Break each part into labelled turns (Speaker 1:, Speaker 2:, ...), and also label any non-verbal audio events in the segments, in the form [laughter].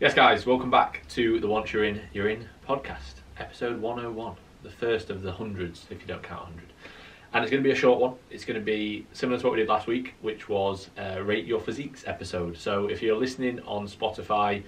Speaker 1: Yes, guys, welcome back to the Once You're In, You're In podcast, episode 101, the first of the hundreds, if you don't count 100. And it's going to be a short one. It's going to be similar to what we did last week, which was uh, Rate Your Physiques episode. So if you're listening on Spotify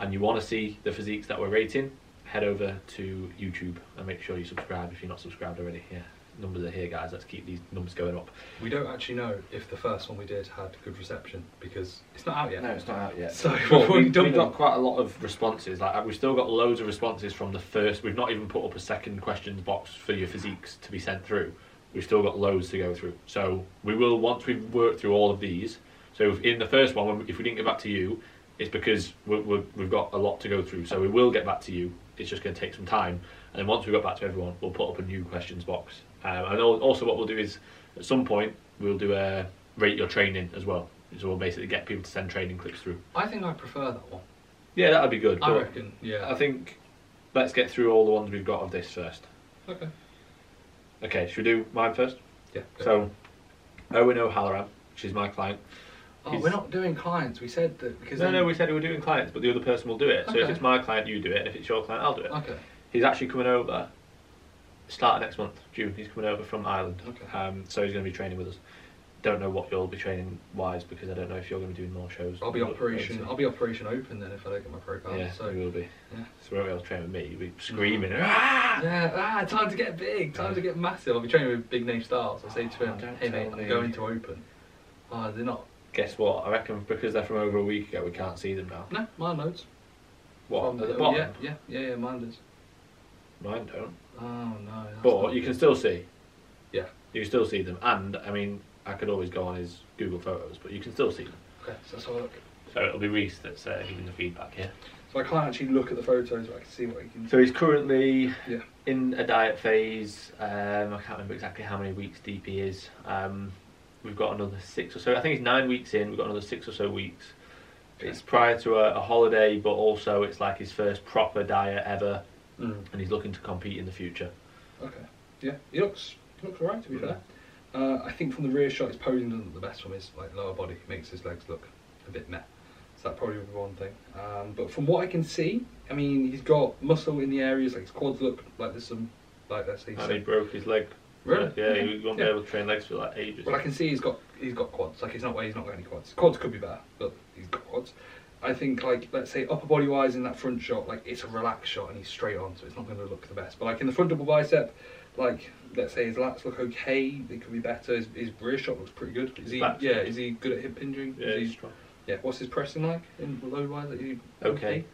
Speaker 1: and you want to see the physiques that we're rating, head over to YouTube and make sure you subscribe if you're not subscribed already. Yeah, numbers are here, guys. Let's keep these numbers going up.
Speaker 2: We don't actually know if the first one we did had good reception because it's not out yet.
Speaker 1: No, it's not out yet. [laughs]
Speaker 2: So
Speaker 1: But we,
Speaker 2: we've
Speaker 1: we've
Speaker 2: done
Speaker 1: got
Speaker 2: them.
Speaker 1: quite a lot of responses. Like we've still got loads of responses from the first. We've not even put up a second questions box for your physiques to be sent through. We've still got loads to go through. So we will once we've worked through all of these. So if in the first one, when- if we didn't get back to you, it's because we're, we're, we've got a lot to go through. So we will get back to you. It's just going to take some time. And then once we've got back to everyone, we'll put up a new questions box. Um, and al- also, what we'll do is at some point we'll do a rate your training as well. So we'll basically get people to send training clips through.
Speaker 2: I think I prefer that one.
Speaker 1: Yeah, that'd be good.
Speaker 2: I
Speaker 1: but
Speaker 2: reckon. Yeah.
Speaker 1: I think let's get through all the ones we've got of this first.
Speaker 2: okay.
Speaker 1: Okay, should we do mine first?
Speaker 2: Yeah. go.
Speaker 1: So, Owen O'Halloran, she's my client.
Speaker 2: oh,
Speaker 1: he's-
Speaker 2: we're not doing clients. We said that because.
Speaker 1: No,
Speaker 2: then-
Speaker 1: no, we said we were doing clients, but the other person will do it. So if
Speaker 2: Okay.
Speaker 1: it's my client, you do it, and if it's your client, I'll do it.
Speaker 2: Okay.
Speaker 1: He's actually coming over, start of next month, June. He's coming over from Ireland.
Speaker 2: Okay.
Speaker 1: Um, so he's going to be training with us. Don't know what you'll be training wise because I don't know if you're going to be doing more shows.
Speaker 2: I'll be
Speaker 1: But
Speaker 2: operation.
Speaker 1: obviously-
Speaker 2: I'll be operation open then if I don't get my pro card.
Speaker 1: Yeah,
Speaker 2: So
Speaker 1: so you will be.
Speaker 2: yeah.
Speaker 1: So you won't be able to train with me. You'll be
Speaker 2: Mm-hmm.
Speaker 1: screaming. "Ah!"
Speaker 2: Yeah, ah, time to get big, time to get massive. I'll be training with big name stars. I'll say to
Speaker 1: Oh,
Speaker 2: him,
Speaker 1: don't
Speaker 2: hey mate,
Speaker 1: tell me.
Speaker 2: I'm going to open. Ah, they're not.
Speaker 1: Guess what? I reckon because they're from over a week ago, we can't see them now.
Speaker 2: No, mine loads.
Speaker 1: What?
Speaker 2: From-
Speaker 1: At the bottom?
Speaker 2: Yeah, yeah, yeah, yeah, mine does.
Speaker 1: Mine don't.
Speaker 2: Oh no. that's
Speaker 1: But
Speaker 2: not
Speaker 1: you can
Speaker 2: good.
Speaker 1: still see.
Speaker 2: Yeah.
Speaker 1: You can still see them. And, I mean, I could always go on his Google Photos, but you can still see them.
Speaker 2: Okay, so let's have a look.
Speaker 1: So it'll be Reese that's uh, giving the feedback here.
Speaker 2: So I can't actually look at the photos, but I can see what you can.
Speaker 1: So he's currently
Speaker 2: Yeah.
Speaker 1: in a diet phase. Um, I can't remember exactly how many weeks deep he is. Um, we've got another six or so. I think he's nine weeks in. We've got another six or so weeks.
Speaker 2: Okay.
Speaker 1: It's prior to a, a holiday, but also it's like his first proper diet ever,
Speaker 2: Mm.
Speaker 1: and he's looking to compete in the future.
Speaker 2: Okay. Yeah, he looks he looks alright to be fair. Uh, I think from the rear shot, his posing doesn't look the best from his like lower body. Makes his legs look a bit meh. So that probably would be one thing. Um, but from what I can see, I mean, he's got muscle in the areas like his quads look like there's some like let's say.
Speaker 1: And he
Speaker 2: Some,
Speaker 1: broke his leg.
Speaker 2: Really?
Speaker 1: Yeah, he won't
Speaker 2: Yeah.
Speaker 1: be able to train legs for like ages.
Speaker 2: well, I can see he's got he's got quads. Like he's not he's not got any quads. Quads could be better, but he's got quads. I think like let's say upper body wise in that front shot, like it's a relaxed shot and he's straight on, so it's not going to look the best. But like in the front double bicep, like let's say his lats look okay, they could be better. His, his rear shot looks pretty good. Is he?
Speaker 1: Back.
Speaker 2: Yeah. Is he good at hip hinging?
Speaker 1: Yeah,
Speaker 2: Is he-
Speaker 1: he's strong.
Speaker 2: yeah. What's his pressing like in load wise? Is he
Speaker 1: Okay.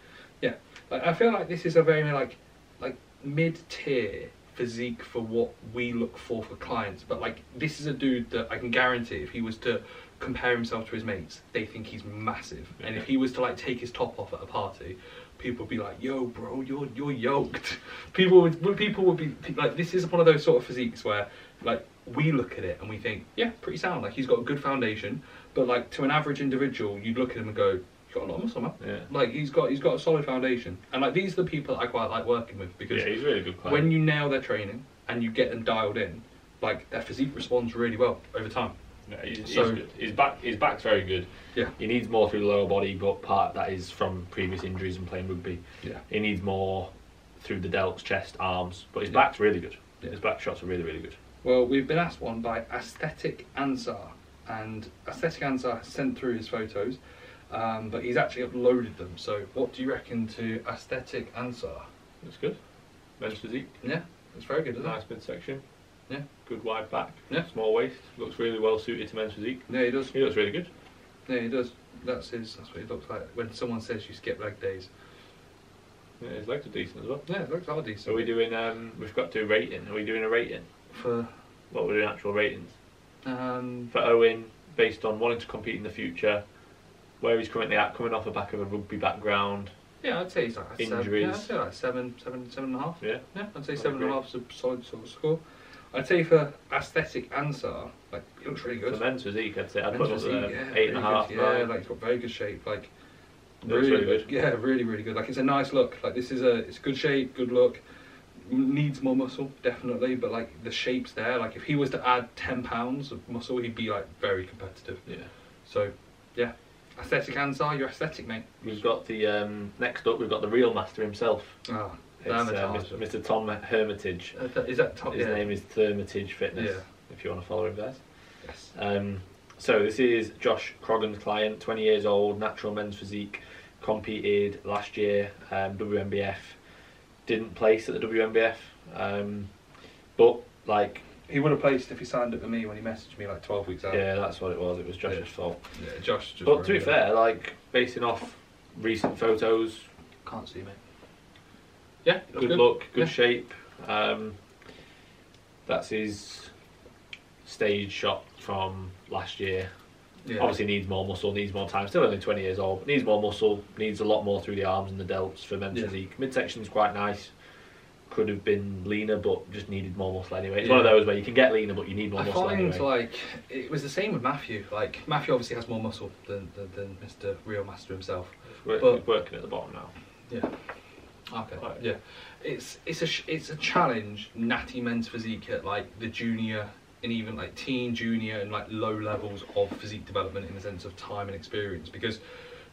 Speaker 2: Yeah. Like I feel like this is a very like like mid tier physique for what we look for for clients. But like this is a dude that I can guarantee if he was to compare himself to his mates, they think he's massive. And if he was to like take his top off at a party, people would be like, "Yo, bro, you're you're yoked." [laughs] People would people would be like, "This is one of those sort of physiques where like." We look at it and we think, yeah, pretty sound. Like he's got a good foundation, but like to an average individual, you'd look at him and go, "You got a lot of muscle, man."
Speaker 1: Yeah.
Speaker 2: Like he's got he's got a solid foundation, and like these are the people that I quite like working with because
Speaker 1: Yeah, he's a really good client.
Speaker 2: when you nail their training and you get them dialed in, like their physique responds really well over time.
Speaker 1: Yeah, he's, he's
Speaker 2: So-
Speaker 1: good. His back, his back's very good.
Speaker 2: Yeah.
Speaker 1: He needs more through the lower body, but part of that is from previous injuries and playing rugby.
Speaker 2: Yeah.
Speaker 1: He needs more through the delts, chest, arms, but his
Speaker 2: Yeah.
Speaker 1: back's really good.
Speaker 2: Yeah.
Speaker 1: His back shots are really, really good.
Speaker 2: Well, we've been asked one by Aesthetic Ansar, and Aesthetic Ansar has sent through his photos, um, but he's actually uploaded them. So, what do you reckon to Aesthetic Ansar?
Speaker 1: That's good. Men's physique,
Speaker 2: Yeah, it's very good, isn't
Speaker 1: nice midsection,
Speaker 2: it? Yeah,
Speaker 1: good wide back,
Speaker 2: Yeah.
Speaker 1: small waist, looks really well suited to men's physique.
Speaker 2: yeah, he does.
Speaker 1: He looks really good.
Speaker 2: Yeah, he does. That's his. That's what he looks like when someone says you skip leg days.
Speaker 1: Yeah, his legs are decent as well.
Speaker 2: Yeah, it looks hard.
Speaker 1: So we're doing, um, we've got to do a rating. Are we doing a rating?
Speaker 2: for
Speaker 1: What we're doing actual ratings.
Speaker 2: um,
Speaker 1: for Owen based on wanting to compete in the future, where he's currently at, coming off the back of a rugby background.
Speaker 2: Yeah, I'd say he's like a Seven, yeah, I'd
Speaker 1: Injuries.
Speaker 2: say like seven, seven, seven and a half.
Speaker 1: Yeah.
Speaker 2: Yeah, I'd say
Speaker 1: I'd
Speaker 2: seven and a
Speaker 1: agree.
Speaker 2: half is a solid sort of score. I'd say for aesthetic answer, like it looks really
Speaker 1: For
Speaker 2: good.
Speaker 1: men's physique, I'd say I'd put him
Speaker 2: Men's
Speaker 1: up there,
Speaker 2: physique, yeah,
Speaker 1: uh, eight and a
Speaker 2: really
Speaker 1: half.
Speaker 2: good,
Speaker 1: nine.
Speaker 2: Yeah, like he's got very good shape. Like
Speaker 1: Looks really good.
Speaker 2: Yeah, really, really good. Like it's a nice look. Like this is a, it's good shape, good look. Needs more muscle, definitely, but like the shape's there. Like if he was to add ten pounds of muscle, he'd be like very competitive.
Speaker 1: yeah.
Speaker 2: So, yeah, Aesthetic Ansar, you're aesthetic, mate.
Speaker 1: We've got the um, next up. We've got the real master himself.
Speaker 2: Oh,
Speaker 1: It's, uh, Mis- Mr. Tom Hermitage.
Speaker 2: Uh, is that top?
Speaker 1: His
Speaker 2: Oh, yeah.
Speaker 1: name is Thermitage Fitness.
Speaker 2: Yeah.
Speaker 1: If you want to follow him, guys.
Speaker 2: Yes.
Speaker 1: Um, so this is Josh Croggan's client, 20 years old, natural men's physique, competed last year um, WMBF, didn't place at the WMBF, um, but like
Speaker 2: He would have placed if he signed up with me when he messaged me like 12 weeks out.
Speaker 1: yeah, that's what it was. It was Josh's
Speaker 2: Yeah.
Speaker 1: fault.
Speaker 2: Yeah, Josh just.
Speaker 1: But to be
Speaker 2: ruined it.
Speaker 1: fair, like basing off recent photos,
Speaker 2: Can't see, mate. Yeah,
Speaker 1: good,
Speaker 2: good.
Speaker 1: look, good
Speaker 2: Yeah.
Speaker 1: shape. Um, that's his stage shot from last year.
Speaker 2: Yeah.
Speaker 1: Obviously needs more muscle, needs more time. Still only 20 years old. Needs more muscle. Needs a lot more through the arms and the delts for men's
Speaker 2: Yeah.
Speaker 1: physique. Midsection's quite nice. Could have been leaner, but just needed more muscle anyway. It's one of
Speaker 2: Yeah.
Speaker 1: those where you can get leaner, but you need more
Speaker 2: I
Speaker 1: muscle
Speaker 2: find
Speaker 1: anyway.
Speaker 2: like it was the same with Matthew. Like Matthew obviously has more muscle than than, than Mr. Real Master himself.
Speaker 1: We're
Speaker 2: but-
Speaker 1: working at the bottom now.
Speaker 2: Yeah. Okay.
Speaker 1: Right.
Speaker 2: Yeah. It's it's a sh- it's a challenge. Natty men's physique at like the junior and even like teen junior and like low levels of physique development in the sense of time and experience because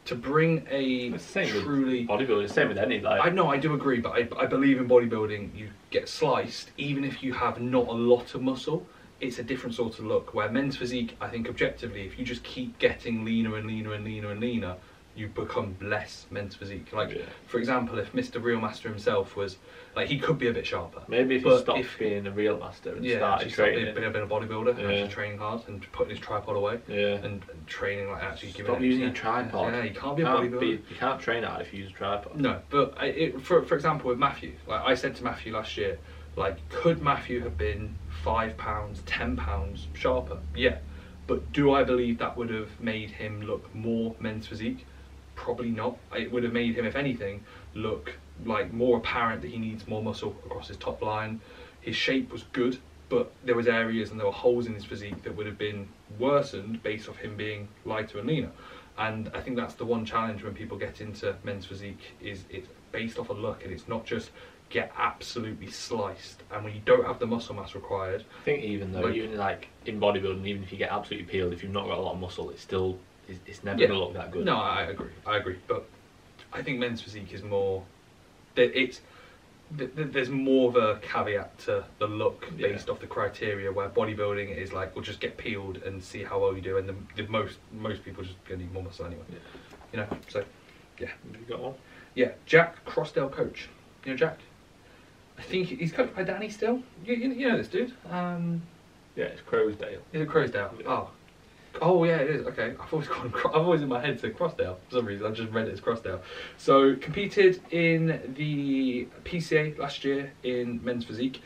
Speaker 2: to bring a
Speaker 1: It's the same with
Speaker 2: truly
Speaker 1: Bodybuilding, it's the same with any. Like,
Speaker 2: I know I do agree, but I, I believe in bodybuilding. You get sliced, even if you have not a lot of muscle. It's a different sort of look. Where men's physique, I think objectively, if you just keep getting leaner and leaner and leaner and leaner, you become less men's physique. Like,
Speaker 1: Yeah.
Speaker 2: for example, if Mr. Real Master himself was like, he could be a bit sharper.
Speaker 1: Maybe if you
Speaker 2: but
Speaker 1: stopped
Speaker 2: if-
Speaker 1: being a real master and
Speaker 2: Yeah,
Speaker 1: started
Speaker 2: actually stop being,
Speaker 1: training.
Speaker 2: being a bit of a bodybuilder and
Speaker 1: Yeah.
Speaker 2: actually training hard and putting his tripod away
Speaker 1: yeah.
Speaker 2: and, and training like actually giving.
Speaker 1: Stop
Speaker 2: it-
Speaker 1: using
Speaker 2: yeah.
Speaker 1: your tripod.
Speaker 2: Yeah, you can't be
Speaker 1: You
Speaker 2: a
Speaker 1: can't,
Speaker 2: bodybuilder.
Speaker 1: be, you can't train hard if you use a tripod.
Speaker 2: No, but I, it, for for example, with Matthew, like I said to Matthew last year, like could Matthew have been five pounds, ten pounds sharper? Yeah, but do I believe that would have made him look more men's physique? Probably not. It would have made him, if anything, look like more apparent that he needs more muscle across his top line. His shape was good, but there was areas and there were holes in his physique that would have been worsened based off him being lighter and leaner. And I think that's the one challenge when people get into men's physique is it's based off a look and it's not just get absolutely sliced. And when you don't have the muscle mass required,
Speaker 1: I think even though,
Speaker 2: Like-
Speaker 1: even like in bodybuilding, even if you get absolutely peeled, if you've not got a lot of muscle, it's still it's, it's never
Speaker 2: Yeah.
Speaker 1: gonna look that good.
Speaker 2: No, I I agree. I agree. But I think men's physique is more. that It's th- th- there's more of a caveat to the look
Speaker 1: Yeah.
Speaker 2: based off the criteria where bodybuilding is like we'll just get peeled and see how well you do, and the, the most most people just gonna need more muscle anyway.
Speaker 1: Yeah.
Speaker 2: You know. So
Speaker 1: Have you got one?
Speaker 2: yeah, Jack Crossdale coach. You know Jack. I think he's coached by Danny still. You, you, you know this dude. Um,
Speaker 1: Yeah, it's Crowsdale.
Speaker 2: is it Crosdale?
Speaker 1: Yeah.
Speaker 2: Oh. Oh yeah, it is. Okay, I've always gone. Cro- I've always in my head said Crossdale for some reason. I just read it as Crossdale. So competed in the PCA last year in men's physique,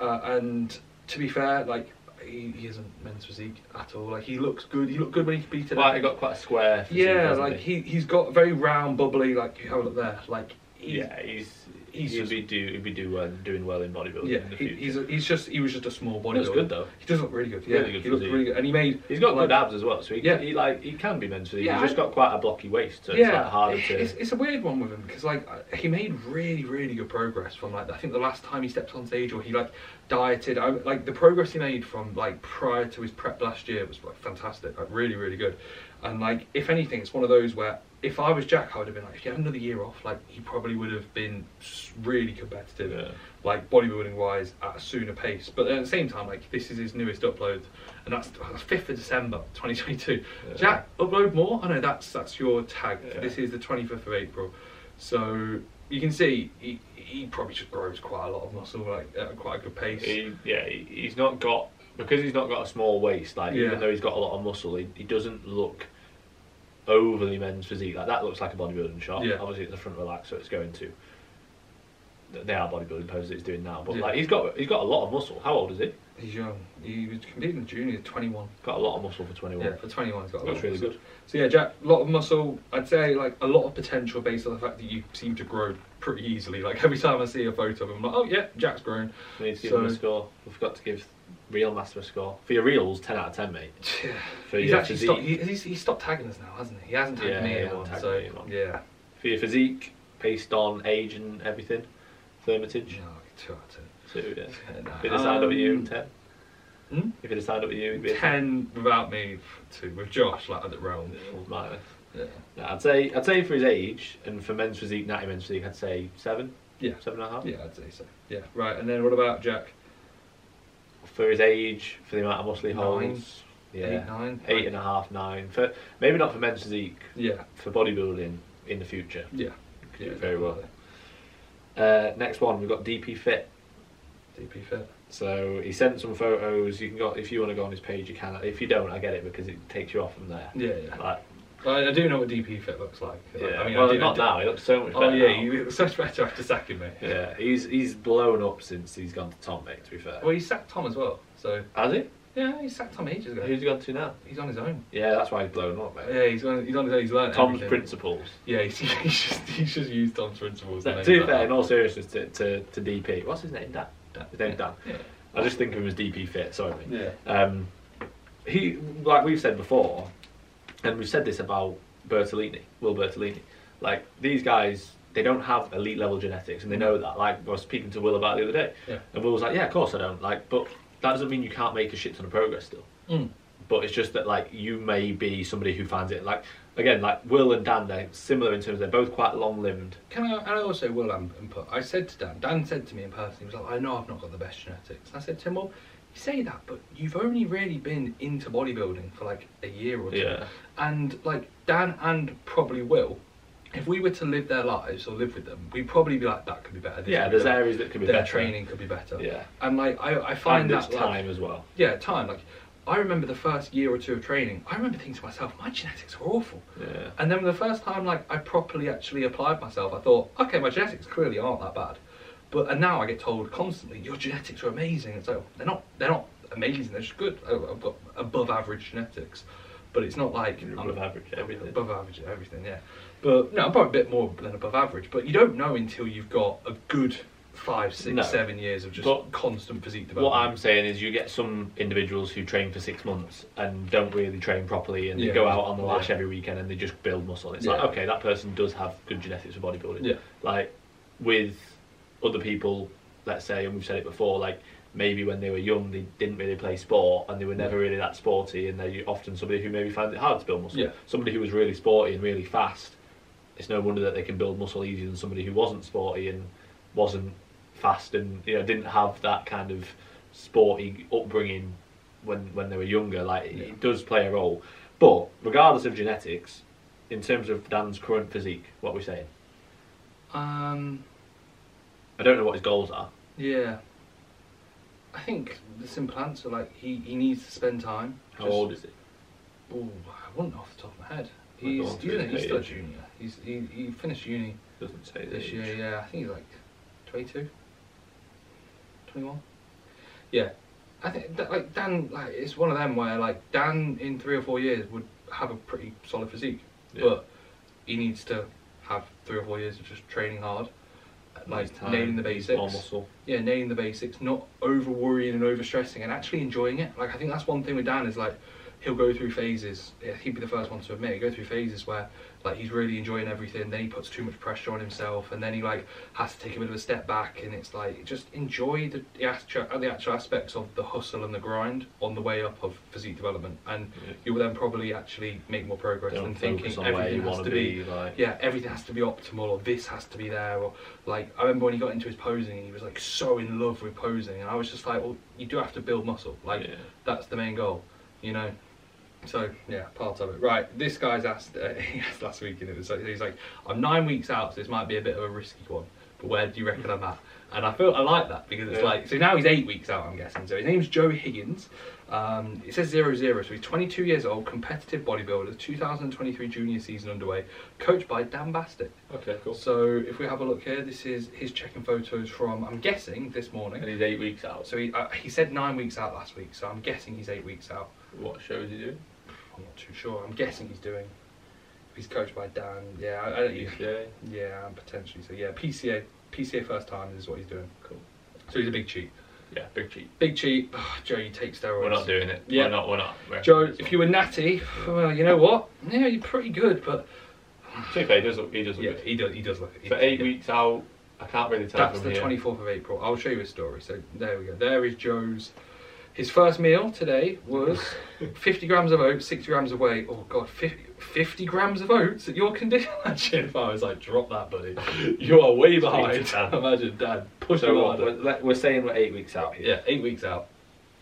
Speaker 2: uh, and to be fair, like he, he isn't men's physique at all. Like he looks good. He looked good when he competed.
Speaker 1: Well, he got quite a square. Physique,
Speaker 2: yeah,
Speaker 1: hasn't
Speaker 2: like he he's got very round, bubbly. Like you have a look there. Like he's,
Speaker 1: yeah, he's
Speaker 2: he's
Speaker 1: he's he'd
Speaker 2: just-
Speaker 1: be do he'd be do well, doing well in bodybuilding.
Speaker 2: yeah.
Speaker 1: in the
Speaker 2: He,
Speaker 1: future.
Speaker 2: he's a, he's just he was just a small
Speaker 1: He
Speaker 2: bodybuilder.
Speaker 1: looks good though.
Speaker 2: He does look really good. Yeah,
Speaker 1: Really good
Speaker 2: he looked
Speaker 1: physique.
Speaker 2: really good, and he made
Speaker 1: He's got
Speaker 2: like-
Speaker 1: good abs as well, so he
Speaker 2: Yeah.
Speaker 1: he like he can be meant to. be.
Speaker 2: Yeah,
Speaker 1: he's just
Speaker 2: I-
Speaker 1: got quite a blocky waist, so it's like harder to.
Speaker 2: It's, it's a weird one with him because like I- he made really really good progress from like I think the last time he stepped on stage or he like dieted. I, like the progress he made from like prior to his prep last year was like fantastic, like really really good. And like if anything, it's one of those where if I was Jack, I would have been like, if you had another year off, like he probably would have been s- really competitive
Speaker 1: yeah.
Speaker 2: like bodybuilding wise at a sooner pace. But at the same time, like this is his newest upload, and that's uh, fifth of December, twenty twenty two.
Speaker 1: Yeah.
Speaker 2: Jack, upload more. I know that's that's your tag.
Speaker 1: Yeah.
Speaker 2: This is the twenty fifth of April, so you can see he, he probably just grows quite a lot of muscle, like at quite a good pace.
Speaker 1: He, yeah, he- he's not got because he's not got a small waist. Like
Speaker 2: Yeah.
Speaker 1: even though he's got a lot of muscle, he, he doesn't look overly men's physique. Like that looks like a bodybuilding shot.
Speaker 2: Yeah.
Speaker 1: Obviously, it's a front relax, so it's going to. th- They are bodybuilding poses that he's doing now, but
Speaker 2: Yeah.
Speaker 1: like he's got he's got a lot of muscle. How old is he?
Speaker 2: He's young. He was competing in junior, twenty one.
Speaker 1: Got a lot of muscle for twenty one.
Speaker 2: Yeah, for twenty one, he's got a lot
Speaker 1: Looks
Speaker 2: of
Speaker 1: really
Speaker 2: muscle.
Speaker 1: good.
Speaker 2: So yeah, Jack, lot of muscle. I'd say like a lot of potential based on the fact that you seem to grow pretty easily. Like [laughs] every time I see a photo of him, I'm like, oh yeah, Jack's grown.
Speaker 1: We need to give
Speaker 2: So-
Speaker 1: him a score. We forgot to give Real Master a score for your reels. Ten out of ten, mate.
Speaker 2: [laughs] Yeah.
Speaker 1: For
Speaker 2: he's
Speaker 1: your
Speaker 2: actually
Speaker 1: physique,
Speaker 2: stopped. He, he's, he's stopped tagging us now, hasn't he? He hasn't tagged
Speaker 1: Yeah,
Speaker 2: me
Speaker 1: he
Speaker 2: anymore.
Speaker 1: hasn't tagged
Speaker 2: so
Speaker 1: me anymore.
Speaker 2: yeah.
Speaker 1: for your physique, based on age and everything, thermitage.
Speaker 2: No, like two out [laughs] of
Speaker 1: So yeah.
Speaker 2: ten.
Speaker 1: If it had signed up with you,
Speaker 2: Um,
Speaker 1: ten.
Speaker 2: hmm?
Speaker 1: If it had signed up with you, it'd be a
Speaker 2: ten without me, two with Josh, like at the realm.
Speaker 1: It was mine.
Speaker 2: Yeah.
Speaker 1: No, I'd say I'd say for his age and for men's physique, natty men's physique, I'd say seven,
Speaker 2: Yeah.
Speaker 1: seven and a half.
Speaker 2: Yeah, I'd say so. Yeah. Right. And then what about Jack?
Speaker 1: For his age, for the amount of muscle he holds,
Speaker 2: Eight,
Speaker 1: yeah,
Speaker 2: nine.
Speaker 1: eight and a half, nine. For maybe not for men's physique,
Speaker 2: Yeah.
Speaker 1: for bodybuilding in the future.
Speaker 2: Yeah.
Speaker 1: Could
Speaker 2: yeah
Speaker 1: do very well. Uh, next one, we've got DP Fit.
Speaker 2: DP fit.
Speaker 1: So he sent some photos. You can go if you want to go on his page. You can. If you don't, I get it because it takes you off from there.
Speaker 2: Yeah, yeah.
Speaker 1: Like,
Speaker 2: I, I do know what DP fit looks like.
Speaker 1: yeah.
Speaker 2: I mean,
Speaker 1: well,
Speaker 2: I do,
Speaker 1: not
Speaker 2: I do-
Speaker 1: now. He looks so much better.
Speaker 2: Oh yeah,
Speaker 1: now.
Speaker 2: you [laughs] look such better after sacking me.
Speaker 1: yeah. He's he's blown up since he's gone to Tom, mate. To be fair,
Speaker 2: Well, he sacked Tom as well. So
Speaker 1: has he?
Speaker 2: yeah, he sacked Tom ages ago.
Speaker 1: Who's he gone to now?
Speaker 2: He's on his own.
Speaker 1: Yeah, that's why he's blown up, mate.
Speaker 2: Yeah, he's on. He's on his own. He's learned
Speaker 1: Tom's
Speaker 2: everything.
Speaker 1: principles.
Speaker 2: Yeah, [laughs] he's, he's just he's just used Tom's principles.
Speaker 1: No,
Speaker 2: and
Speaker 1: to be
Speaker 2: then-
Speaker 1: fair, in all seriousness, to, to, to DP, what's his name? Dan. His name's Dan.
Speaker 2: Yeah.
Speaker 1: I just think of him as DP Fit. Sorry, mate.
Speaker 2: Yeah.
Speaker 1: Um, he, like we've said before, and we've said this about Bertolini, Will Bertolini. Like these guys, they don't have elite level genetics, and they know that. Like I was speaking to Will about it the other day,
Speaker 2: Yeah.
Speaker 1: and Will was like, "Yeah, of course I don't." Like, but that doesn't mean you can't make a shit ton of progress still.
Speaker 2: Mm.
Speaker 1: But it's just that like you may be somebody who finds it like again like Will and Dan they're similar in terms they're both quite long limbed.
Speaker 2: Can I, and I also will um, input. I said to Dan, Dan said to me in person, he was like, I know I've not got the best genetics. And I said to him, well, you say that, but you've only really been into bodybuilding for like a year or two.
Speaker 1: Yeah.
Speaker 2: And like Dan and probably Will, if we were to live their lives or live with them, we'd probably be like, that could be better. this
Speaker 1: Yeah,
Speaker 2: could
Speaker 1: there's
Speaker 2: be better,
Speaker 1: areas that could be
Speaker 2: Their
Speaker 1: better.
Speaker 2: training could be better.
Speaker 1: Yeah.
Speaker 2: And like, I, I find
Speaker 1: and it's
Speaker 2: that like,
Speaker 1: time as well.
Speaker 2: yeah, time. Like, I remember the first year or two of training, I remember thinking to myself, my genetics were awful.
Speaker 1: Yeah.
Speaker 2: And then the first time, like I properly actually applied myself, I thought, okay, my genetics clearly aren't that bad. But and now I get told constantly, your genetics are amazing. It's like they're not. They're not amazing. They're just good. I- I've got above average genetics, but it's not like
Speaker 1: You're
Speaker 2: I'm
Speaker 1: above average at everything.
Speaker 2: Above average at everything, yeah. But no, I'm probably a bit more than above average. But you don't know until you've got a good five, six, seven
Speaker 1: No.
Speaker 2: years of just
Speaker 1: But
Speaker 2: constant physique
Speaker 1: What
Speaker 2: development.
Speaker 1: I'm saying is, you get some individuals who train for six months and don't really train properly, and they
Speaker 2: Yeah.
Speaker 1: go out on the lash
Speaker 2: Yeah.
Speaker 1: every weekend and they just build muscle. It's
Speaker 2: Yeah.
Speaker 1: like, okay, that person does have good genetics for bodybuilding.
Speaker 2: Yeah.
Speaker 1: Like with other people, let's say, and we've said it before, like maybe when they were young, they didn't really play sport and they were never really that sporty, and they're often somebody who maybe finds it hard to build muscle.
Speaker 2: Yeah.
Speaker 1: Somebody who was really sporty and really fast, it's no wonder that they can build muscle easier than somebody who wasn't sporty and wasn't fast and you know didn't have that kind of sporty upbringing when when they were younger. Like it,
Speaker 2: Yeah.
Speaker 1: it does play a role, but regardless of genetics, in terms of Dan's current physique, what we're saying,
Speaker 2: um,
Speaker 1: I don't know what his goals are.
Speaker 2: yeah. I think the simple answer, like he, he needs to spend time.
Speaker 1: How
Speaker 2: just-
Speaker 1: old is he?
Speaker 2: Ooh, I wouldn't off the top of my head.
Speaker 1: Like
Speaker 2: He's,
Speaker 1: on
Speaker 2: you know, he's still a
Speaker 1: page.
Speaker 2: junior. He's, he, he finished uni
Speaker 1: Doesn't say his
Speaker 2: this
Speaker 1: age.
Speaker 2: year, yeah. I think he's like 22, 21. Yeah. I think, that, like, Dan, like, it's one of them where, like, Dan in three or four years would have a pretty solid physique.
Speaker 1: Yeah.
Speaker 2: But he needs to have three or four years of just training hard. Like,
Speaker 1: His time,
Speaker 2: nailing the
Speaker 1: his more
Speaker 2: basics
Speaker 1: muscle.
Speaker 2: yeah, nailing the basics, not over worrying and over stressing, and actually enjoying it. Like I think that's one thing with Dan is like he'll go through phases. Yeah, he'd be the first one to admit he'll go through phases where like he's really enjoying everything. Then he puts too much pressure on himself, and then he like has to take a bit of a step back. And it's like just enjoy the, the actual the actual aspects of the hustle and the grind on the way up of physique development, and
Speaker 1: Yeah.
Speaker 2: you'll then probably actually make more progress
Speaker 1: Don't
Speaker 2: than
Speaker 1: focus
Speaker 2: thinking
Speaker 1: on where you
Speaker 2: everything has
Speaker 1: want
Speaker 2: to
Speaker 1: to
Speaker 2: be
Speaker 1: be. Like
Speaker 2: yeah, everything has to be optimal or this has to be there or like I remember when he got into his posing he was like so in love with posing and I was just like, Well, you do have to build muscle. Like
Speaker 1: Yeah.
Speaker 2: that's the main goal, you know. So yeah, part of it. Right, this guy's asked. Uh, [laughs] he asked last week, and it was like, he's like, "I'm nine weeks out, so this might be a bit of a risky one, but where do you reckon I'm at?" And I feel I like that because it's
Speaker 1: Yeah.
Speaker 2: like, so now he's eight weeks out, I'm guessing. So his name's Joe Higgins. Um, it says zero zero, so he's 22 years old, competitive bodybuilder, 2023 junior season underway, coached by Dan Bastick.
Speaker 1: Okay, cool.
Speaker 2: So if we have a look here, this is his checking photos from, I'm guessing, this morning.
Speaker 1: And he's eight weeks out. So
Speaker 2: So he, uh, he said nine weeks out last week, so I'm guessing he's eight weeks out.
Speaker 1: what show is he doing?
Speaker 2: I'm not too sure. I'm guessing he's doing. if He's coached by Dan. Yeah, I, I don't,
Speaker 1: Yeah.
Speaker 2: yeah, and potentially. So yeah, PCA, PCA first time is what he's doing.
Speaker 1: Cool.
Speaker 2: So he's a big cheat.
Speaker 1: Yeah, big cheat.
Speaker 2: Big cheat. [sighs] Ugh, Joe, you take steroids.
Speaker 1: We're not doing it.
Speaker 2: Yeah.
Speaker 1: We're not. We're not. We're
Speaker 2: Joe, if you were natty, [sighs] well, you know what? Yeah, you're pretty good, but
Speaker 1: To be fair, he does look, he does look
Speaker 2: yeah,
Speaker 1: good.
Speaker 2: he does. He does look.
Speaker 1: For eight
Speaker 2: yeah.
Speaker 1: weeks out, I can't really tell
Speaker 2: That's
Speaker 1: from
Speaker 2: the
Speaker 1: here.
Speaker 2: twenty fourth of April. I'll show you a story. So there we go. There is Joe's His first meal today
Speaker 1: [laughs]
Speaker 2: was 50 grams of oats, 60 grams of whey. Oh god, 50, 50 grams of oats at your condition. [laughs] Imagine if I was like, drop that, buddy. You are way behind.
Speaker 1: Dad.
Speaker 2: [laughs] Imagine dad push
Speaker 1: So
Speaker 2: him
Speaker 1: what,
Speaker 2: harder.
Speaker 1: we're, let- we're saying we're eight weeks out here.
Speaker 2: Yeah, eight weeks out.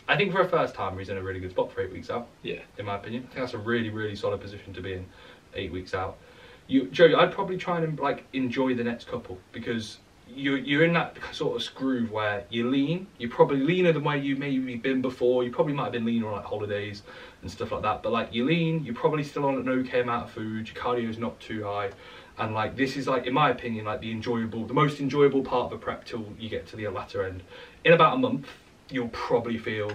Speaker 2: I think for a first timer, he's in a really good spot for eight weeks out,
Speaker 1: Yeah.
Speaker 2: in my opinion. I think that's a really, really solid position to be in, eight weeks out. You, Joe, I'd probably try and like enjoy the next couple because you you're in that sort of groove where you're lean. You're probably leaner than where you maybe been before. You probably might have been leaner on like holidays and stuff like that. But like you're lean, you're probably still on an okay amount of food. Your cardio's not too high, and like this is like in my opinion like the enjoyable, the most enjoyable part of the prep till you get to the latter end. In about a month, you'll probably feel.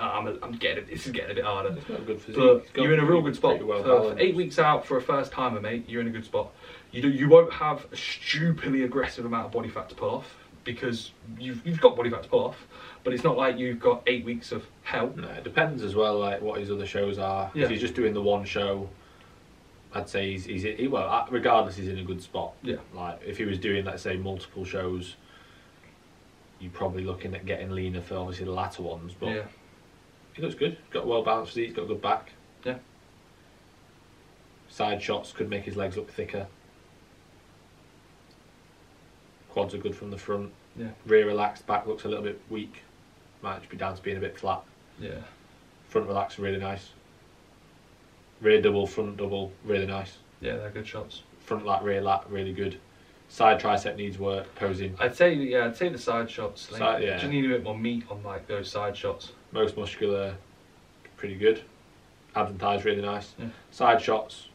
Speaker 2: "Ah, I'm, I'm getting it. This is getting a bit harder.
Speaker 1: It's not good physique.
Speaker 2: But
Speaker 1: It's got
Speaker 2: you're in a
Speaker 1: pretty-
Speaker 2: real good spot.
Speaker 1: pretty well
Speaker 2: for, for
Speaker 1: balanced.
Speaker 2: eight weeks out for a first timer, mate, you're in a good spot. You do, you won't have a stupidly aggressive amount of body fat to pull off because you've, you've got body fat to pull off, but it's not like you've got eight weeks of hell.
Speaker 1: No, it depends as well, like what his other shows are.
Speaker 2: Yeah.
Speaker 1: If he's just doing the one show, I'd say he's he's he, well, uh, regardless, he's in a good spot.
Speaker 2: Yeah.
Speaker 1: Like if he was doing, let's say, multiple shows, you're probably looking at getting leaner for obviously the latter ones. But
Speaker 2: Yeah.
Speaker 1: he looks good. He's got a well balanced physique. He's got a good back.
Speaker 2: Yeah.
Speaker 1: Side shots could make his legs look thicker. Quads are good from the front.
Speaker 2: Yeah.
Speaker 1: Rear relaxed, back looks a little bit weak. Might just be down to being a bit flat.
Speaker 2: Yeah.
Speaker 1: Front relax, really nice. Rear double, front double, really nice.
Speaker 2: Yeah, they're good shots.
Speaker 1: Front lat, rear lat, really good. Side tricep needs work, posing.
Speaker 2: I'd say, yeah, I'd say the side shots. Like,
Speaker 1: Side- yeah.
Speaker 2: Just need a bit more meat on like those side shots.
Speaker 1: Most muscular, pretty good. Abs and thighs, really nice.
Speaker 2: Yeah.
Speaker 1: Side shots,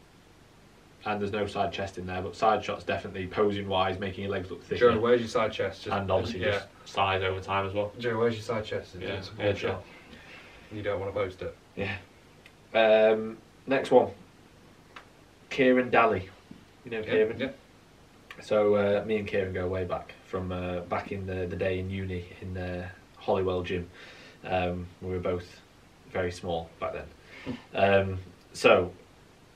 Speaker 1: and there's no side chest in there, but side shots definitely, posing wise, making your legs look thicker.
Speaker 2: Joe, where's your side chest? Just,
Speaker 1: and obviously
Speaker 2: yeah.
Speaker 1: just size over time as well.
Speaker 2: Joe, where's your side chest?
Speaker 1: Yeah,
Speaker 2: It's a
Speaker 1: yeah,
Speaker 2: good shot. You don't want to post it.
Speaker 1: Yeah. Um, next one. Kieran Daly. You know
Speaker 2: Yeah,
Speaker 1: Kieran?
Speaker 2: yeah.
Speaker 1: So uh, me and Kieran go way back from uh, back in the, the day in uni in uh, Hollywell gym. Um, we were both very small back
Speaker 2: [laughs]
Speaker 1: then. Um, so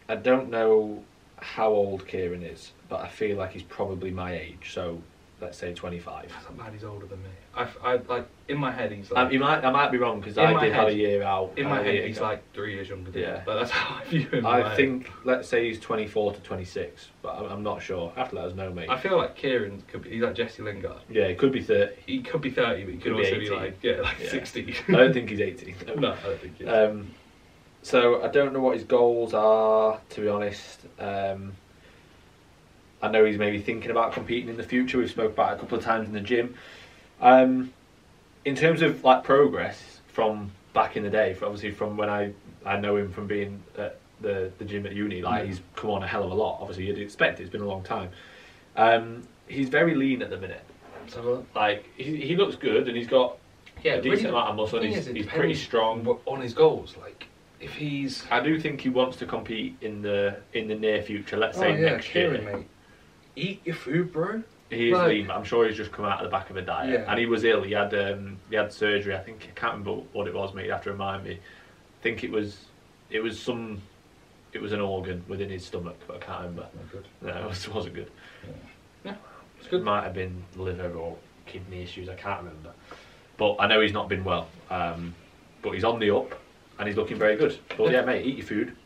Speaker 1: I don't know how old Kieran is, but I feel like he's probably my age. So let's say twenty five.
Speaker 2: That's not bad. He's older than me. I, I like in my head he's like
Speaker 1: Um, you might I might be wrong because
Speaker 2: In
Speaker 1: I
Speaker 2: my
Speaker 1: did have a
Speaker 2: head-
Speaker 1: year out.
Speaker 2: in
Speaker 1: uh,
Speaker 2: my
Speaker 1: a
Speaker 2: head
Speaker 1: year
Speaker 2: he's
Speaker 1: ago.
Speaker 2: like three years younger than
Speaker 1: Yeah.
Speaker 2: me. But that's [laughs] how I view him. in my
Speaker 1: I
Speaker 2: head.
Speaker 1: think let's say he's twenty four to twenty six, but I'm, I'm not sure. Have to let us know, mate.
Speaker 2: I feel like Kieran could be. He's like Jesse Lingard.
Speaker 1: Yeah, it could be thirty.
Speaker 2: He could be thirty, but he could,
Speaker 1: Could be
Speaker 2: also be
Speaker 1: 18.
Speaker 2: like yeah, like
Speaker 1: Yeah. [laughs]
Speaker 2: sixty.
Speaker 1: I don't think he's
Speaker 2: [laughs]
Speaker 1: eighteen.
Speaker 2: no, I don't think. He is.
Speaker 1: Um, so I don't know what his goals are, to be honest. Um, I know he's maybe thinking about competing in the future. We've spoke about it a couple of times in the gym. Um, in terms of like progress from back in the day, from obviously from when I I know him from being at the the gym at uni, like
Speaker 2: Mhm.
Speaker 1: he's come on a hell of a lot. Obviously, you'd expect it. It's been a long time. Um, he's very lean at the minute.
Speaker 2: Let's have a look.
Speaker 1: Like he, he looks good, and he's got
Speaker 2: yeah,
Speaker 1: Um, a decent amount of muscle. And he's, he's pretty strong.
Speaker 2: on his goals. Like if he's
Speaker 1: I do think he wants to compete in the in the near future. Let's say next year.
Speaker 2: Oh, mate. Eat your food, bro.
Speaker 1: He is
Speaker 2: Like-
Speaker 1: lean. but I'm sure he's just come out of the back of a diet,
Speaker 2: Yeah.
Speaker 1: and he was ill. He had um, he had surgery. I think I can't remember what it was, mate. You have to remind me. I think it was it was some it was an organ within his stomach, but I can't remember.
Speaker 2: good.
Speaker 1: No, [laughs] it wasn't good.
Speaker 2: Yeah, it's good.
Speaker 1: It might have been liver or kidney issues. I can't remember. But I know he's not been well. Um, but he's on the up, and he's looking very good. But yeah, mate, eat your food.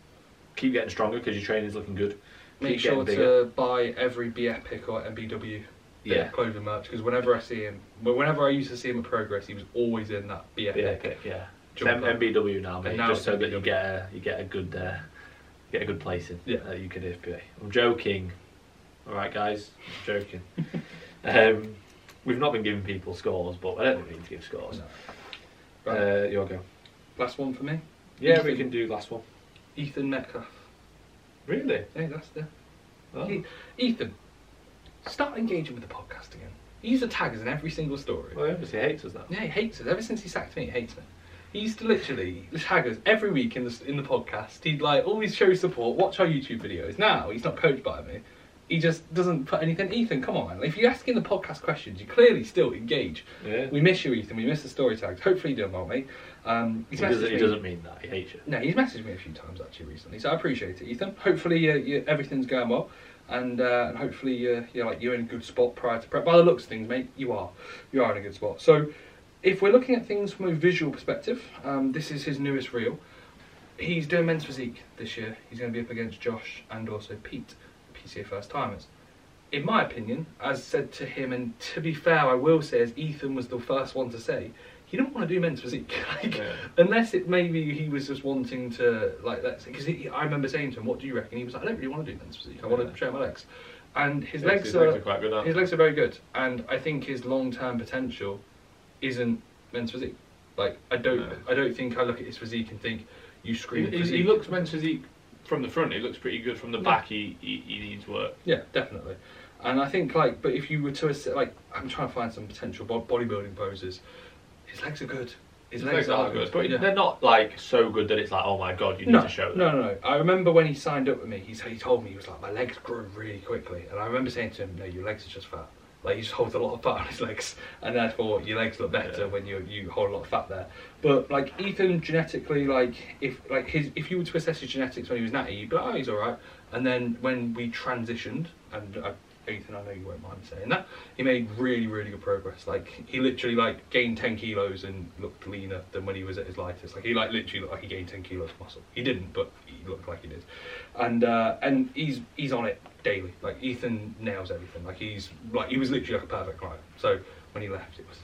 Speaker 1: Keep getting stronger because your training's looking good.
Speaker 2: Make
Speaker 1: Keep
Speaker 2: sure
Speaker 1: getting bigger.
Speaker 2: to buy every B Epic or MBW bit
Speaker 1: Yeah.
Speaker 2: of clothing merch because whenever I see him, well, whenever I used to see him at Progress, he was always in that B
Speaker 1: Yeah,
Speaker 2: Epic.
Speaker 1: okay, yeah. It's
Speaker 2: Jump
Speaker 1: M-
Speaker 2: up.
Speaker 1: MBW now, mate,
Speaker 2: And now
Speaker 1: just
Speaker 2: it's
Speaker 1: so that you
Speaker 2: MBW.
Speaker 1: get a, you get a good uh, get a good place in
Speaker 2: Yeah.
Speaker 1: that you could FBA. I'm joking. All right, guys, I'm [laughs] joking. um, we've not been giving people scores, but I don't think we need to give scores.
Speaker 2: Right.
Speaker 1: Uh, your go.
Speaker 2: Last one for me,
Speaker 1: Yeah, we can do last one.
Speaker 2: Ethan Metcalf.
Speaker 1: Really?
Speaker 2: Hey, that's the
Speaker 1: Oh.
Speaker 2: E- Ethan. Start engaging with the podcast again. He used to tag us in every single story.
Speaker 1: Well, he obviously hates us now.
Speaker 2: Yeah, he hates us. Ever since he sacked me, he hates me. He used to literally tag us every week in the in the podcast. He'd like always show support, watch our YouTube videos. Now he's not coached by me. He just doesn't put anything. Ethan, come on, man. If you're asking the podcast questions, you clearly still engage.
Speaker 1: Yeah.
Speaker 2: We miss you, Ethan. We miss the story tags. Hopefully, you don't want me. Um,
Speaker 1: He
Speaker 2: he's
Speaker 1: doesn't,
Speaker 2: messaged
Speaker 1: he
Speaker 2: me-
Speaker 1: doesn't mean that. He hates you.
Speaker 2: No, he's messaged me a few times actually recently, so I appreciate it, Ethan. Hopefully, uh, you, everything's going well, and uh, and hopefully uh, you're like you're in a good spot prior to prep. By the looks of things, mate, you are. You are in a good spot. So if we're looking at things from a visual perspective, um, this is his newest reel. He's doing men's physique this year. He's going to be up against Josh and also Pete, PCA first timers. In my opinion, as said to him, and to be fair, I will say, as Ethan was the first one to say, he didn't want to do men's physique. [laughs] like,
Speaker 1: Yeah.
Speaker 2: Unless it maybe he was just wanting to like let's because I remember saying to him, "What do you reckon?" He was like, "I don't really want to do men's physique. I want
Speaker 1: Yeah.
Speaker 2: to train my legs." And his
Speaker 1: Yeah,
Speaker 2: legs
Speaker 1: his
Speaker 2: are
Speaker 1: legs are quite good, aren't
Speaker 2: his
Speaker 1: they?
Speaker 2: legs are very good, and I think his long term potential isn't men's physique. Like I don't
Speaker 1: No.
Speaker 2: I don't think I look at his physique and think you
Speaker 1: He,
Speaker 2: scream.
Speaker 1: he- he
Speaker 2: physique."
Speaker 1: looks men's physique from the front. He looks pretty good from the
Speaker 2: Yeah.
Speaker 1: back. He, he he needs work.
Speaker 2: Yeah, definitely. And I think like, but if you were to ass- like, I'm trying to find some potential bo- bodybuilding poses. His legs are good. His, legs, are good,
Speaker 1: but
Speaker 2: yeah.
Speaker 1: they're not like so good that it's like, oh my god, you need
Speaker 2: no,
Speaker 1: to show that.
Speaker 2: no, no, no. I remember when he signed up with me. He said he told me he was like, my legs grew really quickly, and I remember saying to him, no, your legs are just fat. Like he just holds a lot of fat on his legs, and therefore your legs look better
Speaker 1: Yeah.
Speaker 2: when you you hold a lot of fat there. But like Ethan, genetically, like if like his if you were to assess his genetics when he was natty, you'd be like, oh, he's all right. And then when we transitioned, and uh, Ethan, I know you won't mind saying that, he made really really good progress. Like he literally like gained ten kilos and looked leaner than when he was at his lightest. Like he like literally looked like he gained ten kilos of muscle. He didn't, but he looked like he did. And uh, and he's he's on it daily. Like Ethan nails everything. Like he's like he was literally like a perfect client. So when he left, it was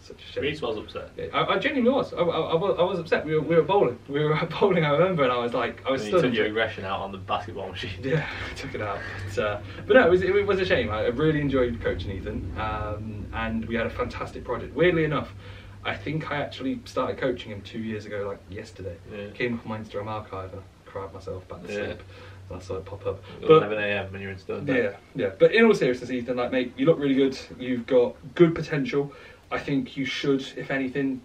Speaker 2: such a shame.
Speaker 1: Reese was upset.
Speaker 2: Yeah, I, I genuinely was. I, I, I was. I was upset. We were, we were bowling. We were [laughs] out bowling. I remember, and I was like, I
Speaker 1: And
Speaker 2: was
Speaker 1: he
Speaker 2: still.
Speaker 1: took your aggression out on the basketball machine.
Speaker 2: [laughs]
Speaker 1: [laughs]
Speaker 2: Yeah, I took it out. But, uh, but no, it was, it was a shame. I really enjoyed coaching Ethan, um, and we had a fantastic project. Weirdly enough, I think I actually started coaching him two years ago, like yesterday.
Speaker 1: Yeah.
Speaker 2: Came up on my Instagram archive and I cried myself back to
Speaker 1: Yeah.
Speaker 2: sleep, and I saw it pop up.
Speaker 1: At
Speaker 2: But
Speaker 1: 11 a.m. when you're in Stone.
Speaker 2: yeah, yeah. But in all seriousness, Ethan, like, mate, you look really good. You've got good potential. I think you should, if anything,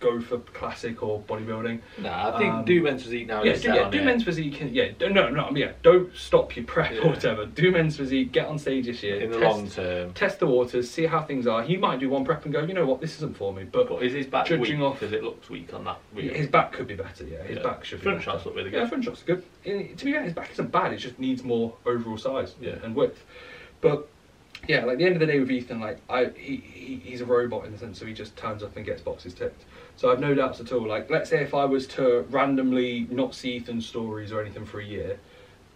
Speaker 2: go for classic or bodybuilding.
Speaker 1: Nah, I think
Speaker 2: Um,
Speaker 1: do men's physique now.
Speaker 2: Yeah,
Speaker 1: is
Speaker 2: do,
Speaker 1: set
Speaker 2: yeah,
Speaker 1: on
Speaker 2: do
Speaker 1: it.
Speaker 2: men's physique. and- Yeah, don't- no, no, yeah. Don't stop your prep
Speaker 1: Yeah.
Speaker 2: or whatever. Do men's physique. Get on stage this year.
Speaker 1: in the
Speaker 2: test,
Speaker 1: long term.
Speaker 2: test the waters. See how things are. He might do one prep and go, you know what, this isn't for me. But
Speaker 1: But is his back
Speaker 2: Judging
Speaker 1: weak?
Speaker 2: off-
Speaker 1: Because it looks weak on that. Wheel.
Speaker 2: his back could be better. Yeah, his
Speaker 1: Yeah.
Speaker 2: back should be
Speaker 1: Front
Speaker 2: better.
Speaker 1: shots look really
Speaker 2: Yeah,
Speaker 1: good.
Speaker 2: front shots are good. In- to be fair, his back isn't bad. It just needs more overall size
Speaker 1: Yeah.
Speaker 2: and width. But yeah, like at the end of the day with Ethan, like I, he, he he's a robot in the sense, so he just turns up and gets boxes ticked. So I've no doubts at all. Like let's say if I was to randomly not see Ethan's stories or anything for a year,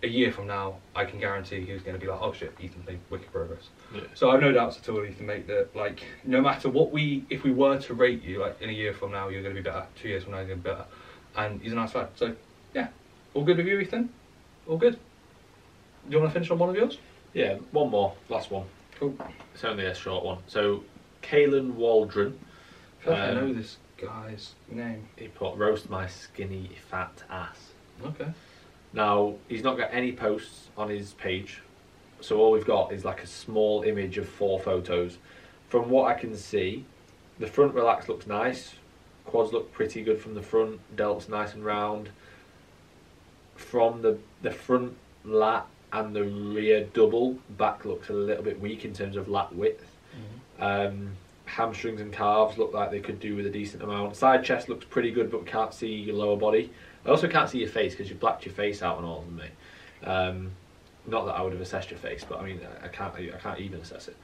Speaker 2: a year from now, I can guarantee he was going to be like, oh shit, Ethan made wicked progress.
Speaker 1: Yeah.
Speaker 2: So I've no doubts at all, Ethan, mate, that like no matter what we, if we were to rate you, like in a year from now, you're going to be better. Two years from now, you're going to be better. And he's a nice lad. So yeah, all good with you, Ethan. All good. Do you want to finish on one of yours?
Speaker 1: Yeah, one more, last one.
Speaker 2: Cool.
Speaker 1: It's only a short one. So, Kalen Waldron,
Speaker 2: I feel like I
Speaker 1: Um,
Speaker 2: know this guy's name.
Speaker 1: he put roast my skinny fat ass.
Speaker 2: Okay.
Speaker 1: Mm-hmm. Now he's not got any posts on his page, so all we've got is like a small image of four photos. From what I can see, the front relax looks nice. Quads look pretty good from the front. Delts nice and round. From the the front lat and the rear double back looks a little bit weak in terms of lat width. Um, hamstrings and calves look like they could do with a decent amount. Side chest looks pretty good, but can't see your lower body. I also can't see your face because you've blacked your face out on all of me. Um, not that I would have assessed your face, but I mean, I- I can't, I can't even assess it.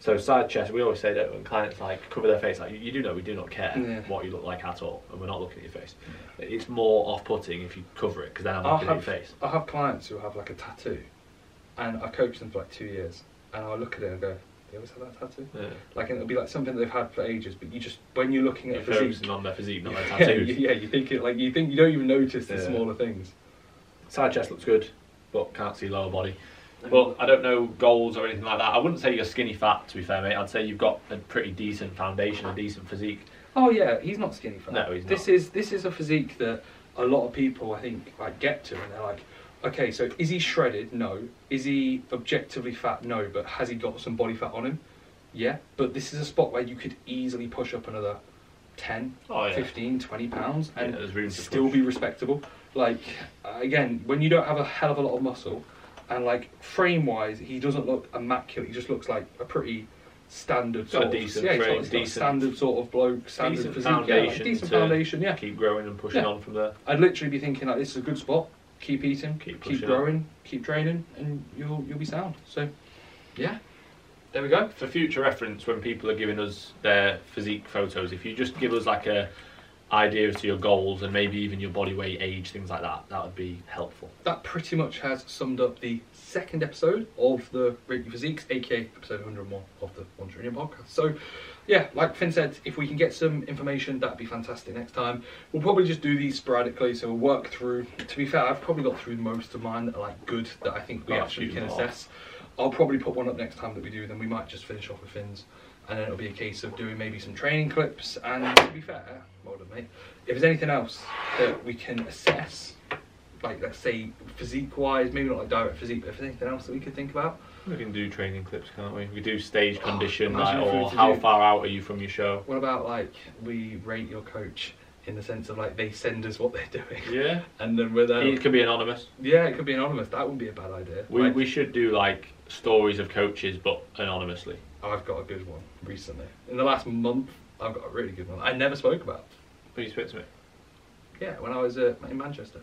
Speaker 1: So side chest, we always say that when clients like cover their face, like you, you do know we do not care
Speaker 2: Yeah.
Speaker 1: what you look like at all, and we're not looking at your face. It's more off-putting if you cover it because then I'm
Speaker 2: I'll
Speaker 1: looking at
Speaker 2: have,
Speaker 1: your face.
Speaker 2: I'll have clients who have like a tattoo, and I coach them for like two years, and I'll look at it and go, "They always have that tattoo."
Speaker 1: Yeah.
Speaker 2: Like and it'll be like something that they've had for ages, but you just when you're looking
Speaker 1: You're
Speaker 2: at a physique,
Speaker 1: focusing on their physique, not their
Speaker 2: [laughs] yeah,
Speaker 1: tattoos.
Speaker 2: you- yeah, you think it like you think you don't even notice the
Speaker 1: Yeah.
Speaker 2: smaller things.
Speaker 1: Side chest looks good, but can't see lower body. But I don't know goals or anything like that. I wouldn't say you're skinny fat, to be fair, mate. I'd say you've got a pretty decent foundation, a decent physique.
Speaker 2: Oh yeah, he's not skinny fat.
Speaker 1: No, he's
Speaker 2: This
Speaker 1: not.
Speaker 2: is this is a physique that a lot of people I think like get to, and they're like, okay, so is he shredded? No. Is he objectively fat? No. But has he got some body fat on him? Yeah. But this is a spot where you could easily push up another 10,
Speaker 1: Oh, yeah.
Speaker 2: 15, 20 pounds, and
Speaker 1: Yeah, there's room to
Speaker 2: still
Speaker 1: push.
Speaker 2: be respectable. Like again, when you don't have a hell of a lot of muscle, and like frame wise, he doesn't look immaculate. He just looks like a pretty
Speaker 1: Got
Speaker 2: standard
Speaker 1: a
Speaker 2: sort of
Speaker 1: decent
Speaker 2: yeah, he's got-
Speaker 1: frame,
Speaker 2: he's got a
Speaker 1: decent-
Speaker 2: standard sort of bloke, standard
Speaker 1: Decent
Speaker 2: physique, yeah, like
Speaker 1: foundation
Speaker 2: decent
Speaker 1: to-
Speaker 2: foundation. Yeah,
Speaker 1: Keep growing and pushing
Speaker 2: Yeah.
Speaker 1: on from there.
Speaker 2: I'd literally be thinking like, this is a good spot. Keep eating,
Speaker 1: Keep
Speaker 2: keep,
Speaker 1: pushing
Speaker 2: growing, keep training, and you'll you'll be sound. So, yeah, There we go.
Speaker 1: For future reference, when people are giving us their physique photos, if you just give us like a idea as to your goals and maybe even your body weight, age, things like that, that would be helpful.
Speaker 2: That pretty much has summed up the second episode of the Rate Your Physiques, aka episode 101 of the One Trillion podcast. So, yeah, like Finn said, if we can get some information, that'd be fantastic next time. We'll probably just do these sporadically, so we'll work through. To be fair, I've probably got through most of mine that are like good that I think we
Speaker 1: Oh,
Speaker 2: actually
Speaker 1: shoot,
Speaker 2: can
Speaker 1: oh.
Speaker 2: assess. I'll probably put one up next time that we do, then we might just finish off with Finn's. And then it'll be a case of doing maybe some training clips. And to be fair, well done, mate. If there's anything else that we can assess, like let's say physique wise, maybe not like direct physique, but if there's anything else that we could think about.
Speaker 1: We can do training clips, can't we? We do [sighs] stage
Speaker 2: Oh,
Speaker 1: condition,
Speaker 2: imagine
Speaker 1: like,
Speaker 2: if we were
Speaker 1: or
Speaker 2: to
Speaker 1: how
Speaker 2: do-
Speaker 1: far out are you from your show?
Speaker 2: What about like we rate your coach in the sense of like they send us what they're doing,
Speaker 1: Yeah.
Speaker 2: and then we're there.
Speaker 1: It can be anonymous.
Speaker 2: Yeah, it could be anonymous. That wouldn't be a bad idea.
Speaker 1: We,
Speaker 2: Like,
Speaker 1: we should do like stories of coaches, but anonymously.
Speaker 2: I've got a good one recently. In the last month, I've got a really good one. I never spoke about.
Speaker 1: Who you spoke to me?
Speaker 2: Yeah, when I was uh, in Manchester.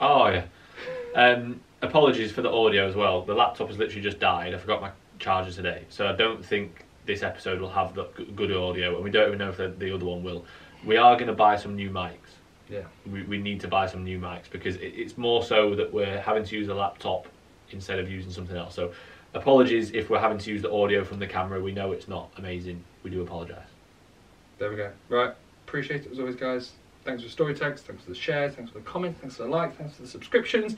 Speaker 1: Oh yeah. Um, apologies for the audio as well. The laptop has literally just died. I forgot my charger today, so I don't think this episode will have the g- good audio, and we don't even know if the, the other one will. We are going to buy some new mics.
Speaker 2: Yeah.
Speaker 1: We, we need to buy some new mics because it, it's more so that we're having to use a laptop instead of using something else. So, apologies if we're having to use the audio from the camera. We know it's not amazing. We do apologise.
Speaker 2: There we go. Right. Appreciate it as always, guys. Thanks for the story tags. Thanks for the shares. Thanks for the comments. Thanks for the likes. Thanks for the subscriptions.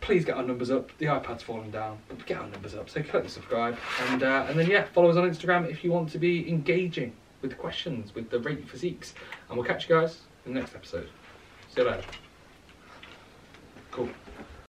Speaker 2: Please get our numbers up. The iPad's falling down, but get our numbers up. So click the subscribe and uh, and then yeah, follow us on Instagram if you want to be engaging with the questions, with the rate physiques, and we'll catch you guys in the next episode. See you later. Cool.